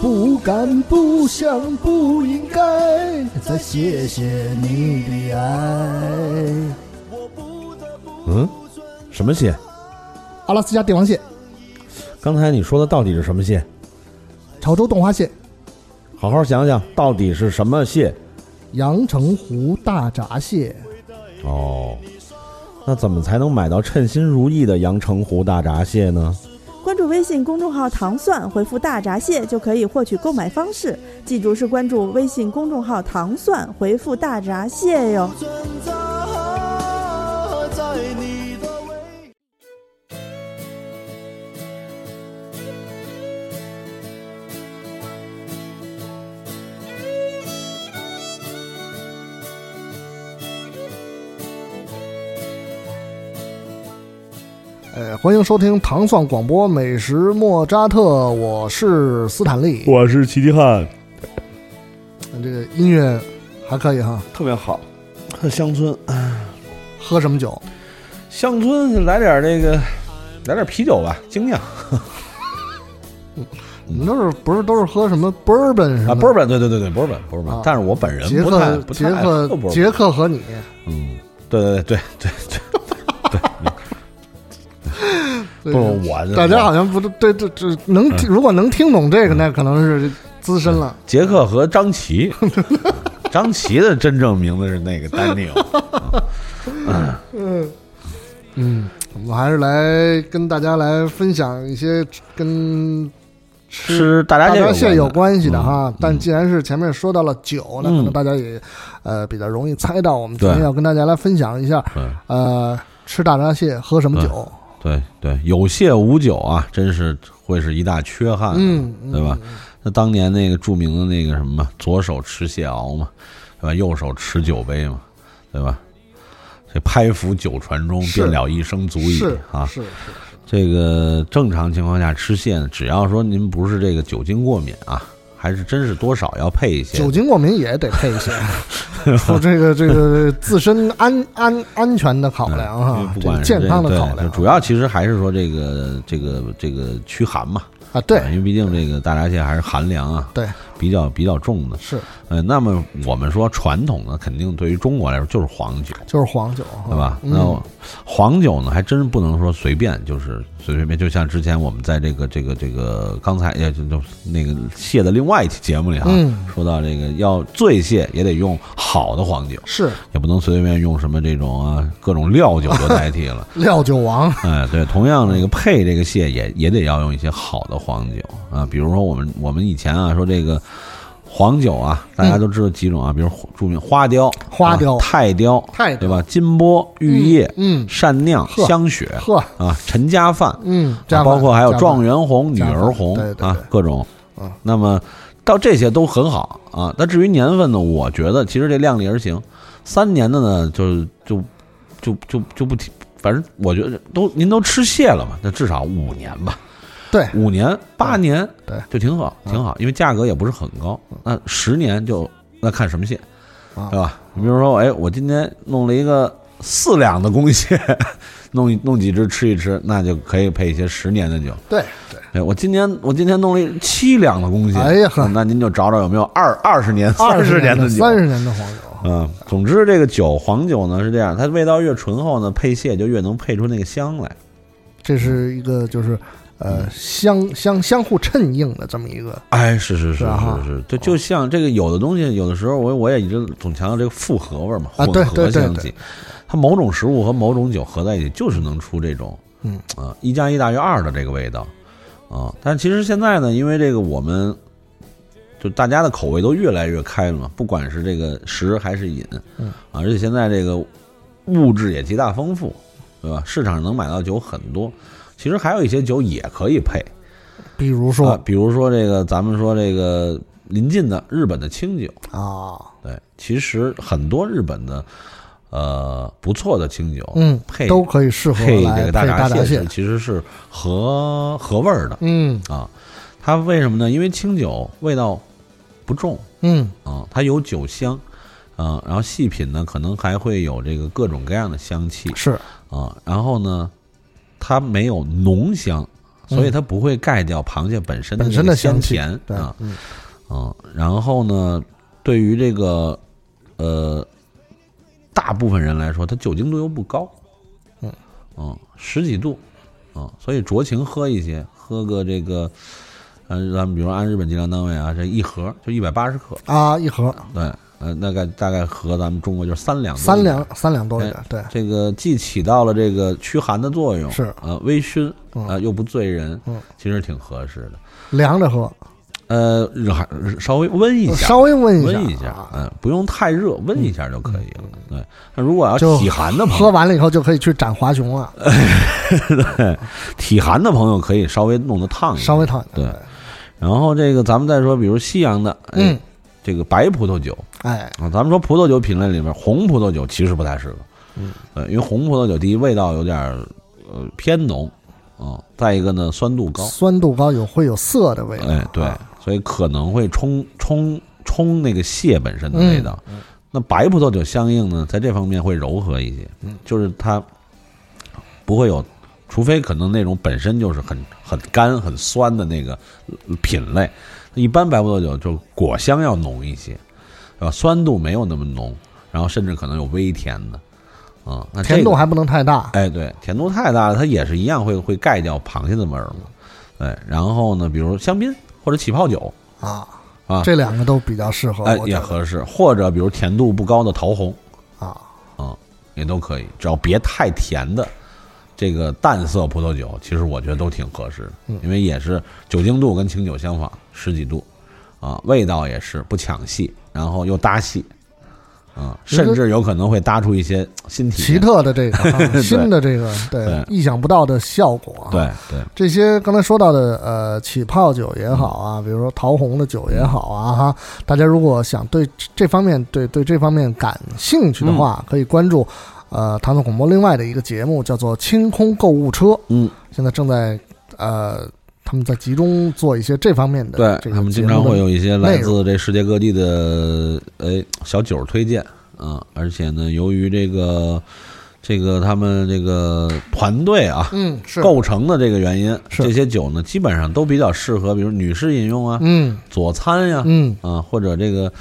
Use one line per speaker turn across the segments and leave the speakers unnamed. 不敢、不想、不应该，再谢谢你的爱。
嗯，什么蟹？
阿拉斯加帝王蟹、
刚才你说的到底是什么蟹？
潮州冻花蟹、
好好想想，到底是什么蟹？
阳澄湖大闸蟹，
哦，那怎么才能买到称心如意的阳澄湖大闸蟹呢？
关注微信公众号“糖蒜”，回复“大闸蟹”就可以获取购买方式。记住是关注微信公众号“糖蒜”，回复“大闸蟹”哟。
存在在你的胃。
呃，欢迎收听糖蒜广播美食莫扎特，我是斯坦利。
我是齐齐汉，
这个音乐还可以哈，
特别好，乡村，
喝什么酒？
乡村来点这个，来点啤酒吧，精酿
你们都是不是都是喝什么 bourbon 什么
啊，波本，对对对对，波本波
啊
本。但是我本人
杰
不太
克
不
杰
太爱喝
克
波本，
杰克和你，
嗯，对对对对
对
对，不我
大家好像不对，这这能
嗯
听如果能听懂这个，那可能是资深了。
杰克和张 琪，张琪的真正名字是那个丹尼尔。
嗯，我们还是来跟大家来分享一些跟
吃大闸
大闸
蟹
蟹有
有关
关系的
嗯
哈。但既然是前面说到了酒，那可能
嗯
大家也呃比较容易猜到。我们今
对
天要跟大家来分享一下，
的，
呃，吃大闸蟹喝什么酒？
对对对，有蟹无酒啊，真是会是一大缺憾，
嗯，嗯
哎对吧？？那当年那个著名的那个什么，左手持蟹螯嘛，对吧？右手持酒杯嘛，对吧？这拍腹九船中，
是
便了一生足矣
是
啊！
是是。
这个正常情况下吃蟹呢，只要说您不是这个酒精过敏啊，还是真是多少要配一些
酒精过敏也得配一些， 说这个这个自身安安安全的考量
因为
哈，
嗯不
这
管
个
是
健
这
康的
对
考量啊
就主要其实还是说这个这个这个驱寒嘛，
啊，对
啊，因为毕竟这个大闸蟹还是寒凉啊，
对，
比较比较重的。
是
呃，那么我们说传统呢，肯定对于中国来说就是黄酒，
就是黄酒哈，
对吧？
嗯
那我黄酒呢，还真不能说随便，就是随随便。就像之前我们在这个这个这个刚才呃也就就那个蟹的另外一期节目里哈，
嗯
说到这个要醉蟹也得用好的黄酒，
是
也不能随随便用什么这种啊各种料酒就代替了。
料酒王，
哎，对，同样这个配这个蟹也也得要用一些好的黄酒啊，比如说我们我们以前啊说这个黄酒啊，大家都知道几种啊，比如著名花雕、
嗯花雕
啊泰雕、
泰雕
对吧？金波、玉液、
嗯，
善酿、
呵
香雪
呵，
啊、陈家饭，
嗯，
啊
加
包括还有状
元，
元红、女
加饭
儿红
对对对
啊，各种
嗯。
那么到这些都很好啊。那至于年份呢，我觉得其实这量力而行，三年的呢，就就就就就不提，反正我觉得都您都吃蟹了嘛，那至少五年吧。
对
五年、八年，
嗯对嗯
就挺好，挺好，因为价格也不是很高。那十年就那看什么蟹，
啊
对吧？你比如说，哎，我今天弄了一个四两的公蟹， 弄一弄几只吃一吃，那就可以配一些十年的酒。
对对，
哎，我今天我今天弄了一七两的公蟹，
哎呀呵
那您就找找有没有二二十年、三
20
十年
的
的酒。
三十年的黄酒，
嗯，总之这个酒黄酒呢是这样，它味道越醇厚呢，配蟹就越能配出那个香来。
这是一个就是
嗯
呃相相相互衬映的这么一个，
哎，是是是
是啊
是是，就就像这个有的东西，有的时候我我也一直总强调这个复合味儿嘛，
啊
混
对
合
对对
香
对
气。它某种食物和某种酒合在一起，就是能出这种，
嗯
啊，一加一大于二的这个味道啊。但其实现在呢，因为这个我们就大家的口味都越来越开了嘛，不管是这个食还是饮，
嗯
啊，而且现在这个物质也极大丰富，对吧？市场上能买到酒很多，其实还有一些酒也可以配。
比如
啊
说，
比如说这个，咱们说这个临近的日本的清酒，
啊，
对，其实很多日本的呃不错的清酒，
嗯
配
都可以适合
配这
来
个
配
大
大
闸
闸
蟹
蟹
是，其实是合合味儿的
嗯
啊。它为什么呢？因为清酒味道不重
嗯
啊，它有酒香。啊，然后细品呢，可能还会有这个各种各样的香气
是
啊。然后呢，它没有浓香所以它不会盖掉螃蟹本身的
本
那
身
个
的
鲜
香气
甜，
对
啊，
嗯
嗯，然后呢，对于这个呃大部分人来说，它酒精度又不高，
嗯
嗯，十几度，嗯，所以酌情喝一些，喝个这个，呃，咱们比如按日本计量单位啊，这一盒就一百八十克，
啊，一盒
对，呃，大概大概合咱们中国就是三两多一点
三两，三两多一点，对，
这个既起到了这个驱寒的作用，
是
呃微醺啊、
嗯，
又不醉人，
嗯
其实挺合适的，
凉着喝，
呃，还稍微温一下，
稍微温
温
一
一下
啊，
嗯，不用太热，温一下就可以了。对，那如果要
就
体寒的朋
喝
友，
完了以后就可以去斩华雄了，
体寒的朋友可以稍微弄得烫一下
稍。微烫一点，
嗯对然后这个咱们再说，比如西洋的，哎
嗯，
这个白葡萄酒
哎，
啊，咱们说葡萄酒品类里面，红葡萄酒其实不太适合，
嗯，
对，因为红葡萄酒第一味道有点儿呃偏浓，啊，再一个呢酸度高，
酸度高有会有涩的味道，
哎，对
啊，
所以可能会冲冲冲那个蟹本身的味道。
嗯
那白葡萄酒相应呢，在这方面会柔和一些，
嗯
就是它不会有，除非可能那种本身就是很很干、很酸的那个品类。一般白葡萄酒就果香要浓一些，对吧？酸度没有那么浓，然后甚至可能有微甜的，啊、那这个
甜度还不能太大，
哎，对，甜度太大了，它也是一样会会盖掉螃蟹的味儿嘛。对，然后呢，比如香槟或者起泡酒，
啊
啊
这两个都比较适合，
哎，
哦我觉
也
得
合适，或者比如甜度不高的桃红
啊，
啊、也都可以，只要别太甜的。这个淡色葡萄酒，其实我觉得都挺合适的
嗯，
因为也是酒精度跟清酒相仿，十几度，啊，味道也是不抢戏，然后又搭戏，啊，
其实
甚至有可能会搭出一些新体
奇
验。
特的这个 啊新的这个对
对
意想不到的效果啊，
对对，
这些刚才说到的，呃，起泡酒也好啊，比如说桃红的酒也好啊，哈，大家如果想对这这方面对对这方面感兴趣的
嗯
话，可以关注，呃，唐宋广播另外的一个节目叫做《清空购物车》，
嗯，
现在正在呃，他们在集中做一些这方面的
对，
这个
他们
节
经
目
常
的
会有一些来
内容
自这世界各地的哎小酒推荐啊，而且呢，由于这个这个他们这个团队啊
嗯是
构成的这个原因，
是
这些酒呢基本上都比较适合，比如女士饮用啊、
嗯
佐餐呀
嗯，
啊，或者这个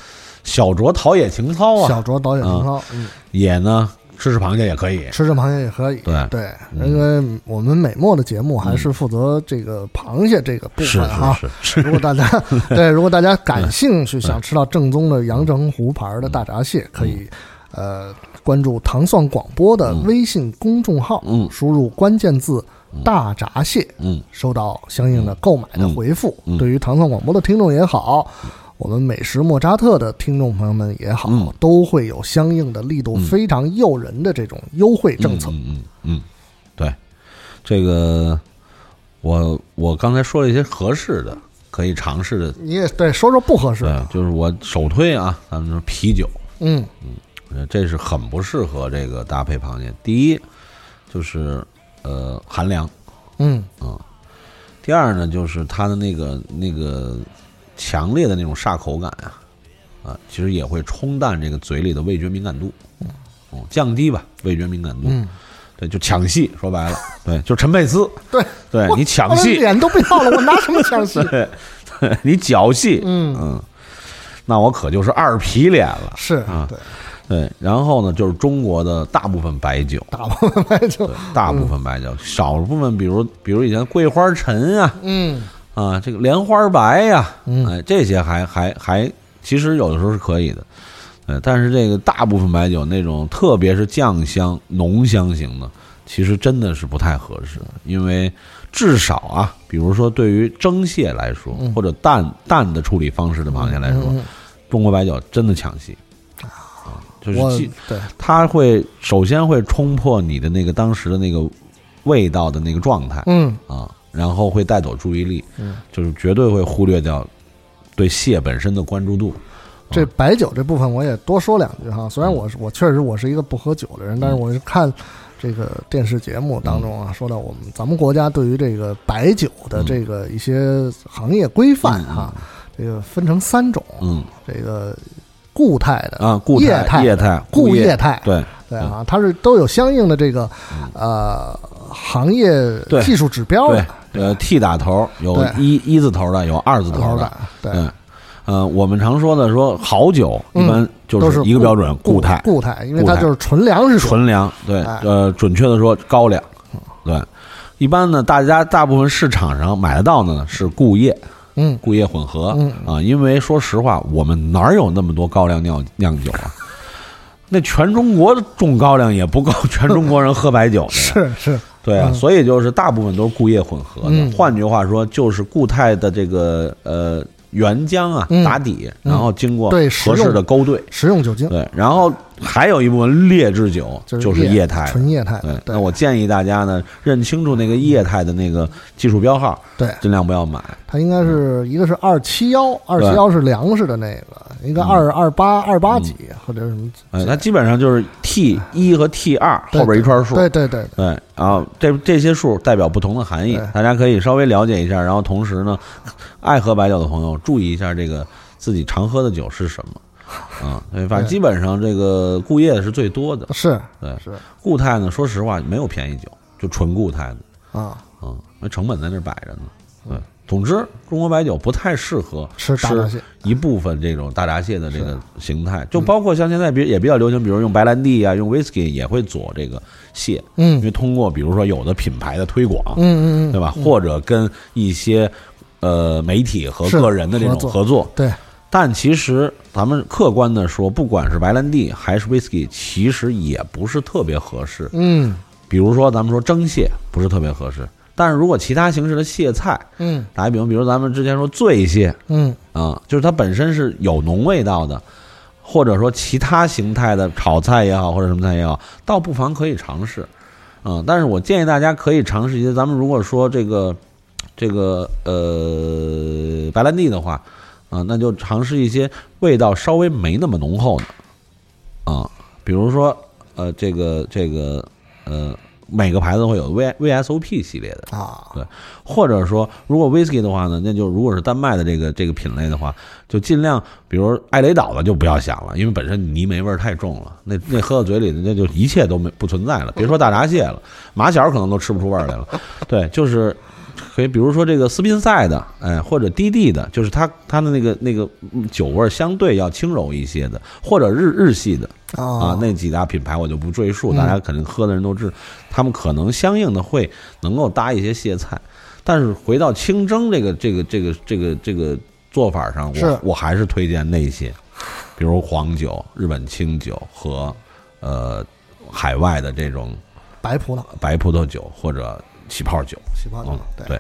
小酌陶冶情操啊，
小酌导演情操，嗯，
也呢吃吃螃蟹也可以，
吃吃螃蟹也可以，
对
对，
嗯
因为我们美墨的节目还是负责这个螃蟹这个部
是
分啊，
是是
如果
是，
大 家对如果大家
嗯
感兴趣，想吃到正宗的阳澄湖牌的大闸
嗯
蟹，可以呃关注糖蒜广播的微信公众号，
嗯
输入关键字“
嗯
大闸蟹
嗯”，
收到相应的购买的回复。
嗯嗯
对于糖蒜广播的听众也好，我们美食莫扎特的听众朋友们也好，
嗯
都会有相应的力度
嗯
非常诱人的这种优惠政策。
嗯嗯嗯嗯，对，这个我我刚才说了一些合适的可以尝试的，
你也对说说不合适
对
的，，
就是我首推啊，咱们说啤酒，
嗯
呃这是很不适合这个搭配螃蟹。第一就是呃寒凉，
嗯
第二呢就是它的那个那个强烈的那种煞口感啊，啊，其实也会冲淡这个嘴里的味觉敏感度，嗯，降低吧味觉敏感度。
嗯，
对，就抢戏，说白了，对，就陈佩斯，
对，
对
我
你抢
我的
戏，
脸都不要了，我拿什么抢戏？
对，对你脚戏，
嗯。
嗯，那我可就是二皮脸了。
是
啊
对，
对，然后呢，就是中国的大部分白酒，
打不明白就
对，大部分白酒，少部分，比如比如以前桂花陈啊，
嗯
啊，这个莲花白呀、
嗯
哎，这些还还还，其实有的时候是可以的，呃，但是这个大部分白酒那种，特别是酱香、浓香型的，其实真的是不太合适，因为至少啊，比如说对于蒸蟹来说，
嗯
或者淡淡的处理方式的螃蟹来说，
嗯嗯
中国白酒真的抢戏，啊，就
我
是既啊
对
它会首先会冲破你的那个当时的那个味道的那个状态，
嗯
啊，然后会带走注意力，
嗯
就是绝对会忽略掉对蟹本身的关注度。
这白酒这部分我也多说两句哈，虽然我是我确实我是一个不喝酒的人，但
嗯
是我是看。这个电视节目当中啊，说到我们咱们国家对于这个白酒的这
嗯
个一些行业规范哈，这个分成三种，
嗯
这个固态的、
啊，固
液态
态、液态、
固
液
液，态，
对嗯
对啊，它是都有相应的这个呃行业
对
技术指标的，
呃 T 打头，有
哦对
一一字头的，有二字头
头
的，
的，对，
嗯。呃，我们常说的说好酒，一
嗯
般就
都
是
是
一个
固
标准，固态、
固态，因为
固
它
态
就是纯粮食酒
纯粮，对，
哎
呃，准确的说高粱，对。一般呢，大家大部分市场上买得到的呢是固液，
嗯
固液混合
嗯
啊，因为说实话，我们哪有那么多高粱酿酿酒啊？那全中国种高粱也不够全中国人喝白酒的呀，
是是，
对啊，
嗯
所以就是大部分都是固液混合的。
嗯
换句话说，就是固态的这个呃原浆啊
嗯
打底，
嗯
然后经过
对食
合适
用
的勾兑，
食用酒精，
对，然后还有一部分劣质酒
就是
就是液态的。
纯液态的，
对，
对
那我建议大家呢，认清楚那个液态的那个技术标号，
对
尽量不要买。
它应该
嗯
是一个是二七幺，二七幺是粮食的那个，一个
嗯
二二八二八几啊或者什么，
呃，它基本上就是 T 一和 T 二
对
后边一串数，
对对对，
对，然后这这些数代表不同的含义
对，
大家可以稍微了解一下。然后同时呢，爱喝白酒的朋友注意一下这个自己常喝的酒是什么啊。对，反正
对
基本上这个固液是最多的，
是
对
是
固态呢，说实话没有便宜酒，就纯固态的。
啊，
嗯，那成本在那儿摆着呢。对，总之中国白酒不太适合
吃大闸蟹，嗯
一部分这种大闸蟹的这个形态，就包括像现在比也比较流行，比如用白兰地啊，用 whisky 也会佐这个蟹，
嗯
因为通过比如说有的品牌的推广，
嗯嗯嗯，
对吧？或者跟一些呃媒体和
是
个人的这种
合作
合作，
对，
但其实咱们客观的说，不管是白兰地还是 whisky，其实也不是特别合适。
嗯
比如说咱们说蒸蟹不是特别合适，但是如果其他形式的蟹菜，
嗯
打一比方，比如咱们之前说醉蟹，
嗯，
啊，就是它本身是有浓味道的，或者说其他形态的炒菜也好，或者什么菜也好，倒不妨可以尝试。啊，但是我建议大家可以尝试一些。咱们如果说这个这个呃白兰地的话，啊，那就尝试一些味道稍微没那么浓厚的，啊，比如说呃这个这个呃每个牌子会有 V VSOP 系列的。
啊，
或者说，如果 whisky 的话呢，那就如果是丹麦的这个这个品类的话，就尽量，比如艾雷岛的就不要想了，因为本身泥煤味儿太重了，那那喝到嘴里那就一切都没不存在了，别说大闸蟹了，马小可能都吃不出味儿来了。对，就是可以，比如说这个斯宾塞的，哎，或者低地的，就是它它的那个那个嗯酒味儿相对要轻柔一些的，或者日日系的，啊
啊，，
那几大品牌我就不赘述，
嗯
大家肯定喝的人都知，他们可能相应的会能够搭一些蟹菜，但是回到清蒸这个这个这个这个这个做法上，
是
我我还是推荐那些，比如黄酒、日本清酒和呃海外的这种
白葡萄
白葡萄酒或者起泡酒。
起泡酒
嗯，，
对
对，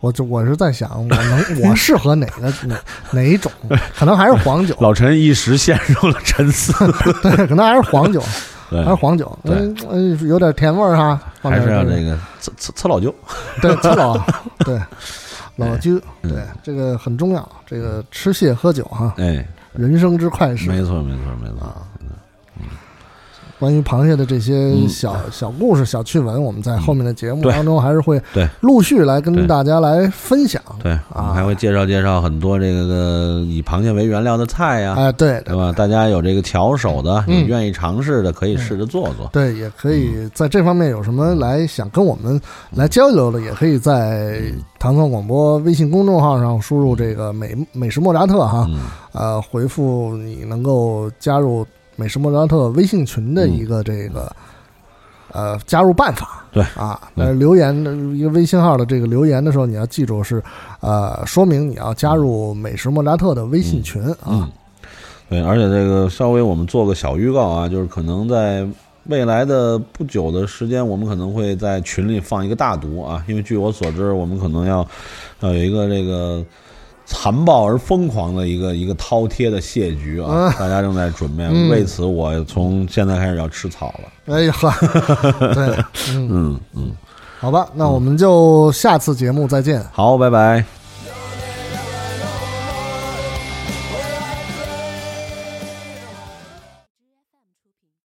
我就我是在想，我 能我适合哪个哪哪一种？可能还是黄酒，
老陈一时陷入了沉思，
对，可能还是黄酒，
对
还是黄酒，
对
嗯，嗯有点甜味儿哈，放
还
点
是要
这个
这个测测测老舅，
对，吃老， 对，老居，
嗯
对，这个很重要。这个吃蟹喝酒哈，
哎，
人生之快
没
事
错没错没错，
啊。关于螃蟹的这些
嗯
小小故事、小趣闻，我们在后面的节目
对
当中还是会
对
陆续来
对
跟大家来分享。
对，我们
啊
还会介绍介绍很多这个呃以螃蟹为原料的菜呀、
哎，对
对
的，
吧？大家有这个巧手的，有
嗯
愿意尝试的，可以试着做做。
对，也可以
嗯
在这方面有什么来想跟我们来交流的，也可以在
嗯
唐宋广播微信公众号上输入这个美美食莫扎特哈，
嗯，
呃，回复你能够加入美食莫扎特微信群
嗯
的一个这个、呃加入办法。
对嗯
啊，
对
但是留言的一个微信号的这个留言的时候，你要记住是呃说明你要加入美食莫扎特的微信群啊
嗯。对，而且这个稍微我们做个小预告啊，就是可能在未来的不久的时间，我们可能会在群里放一个大毒啊，因为据我所知，我们可能要要有一个这个。残暴而疯狂的一个一个饕餮的蟹局啊，大家正在准备。
嗯
为此，我从现在开始要吃草了。
哎呀， 呵对，嗯，
嗯嗯，
好吧，那我们就下次节目再见。
好，拜拜。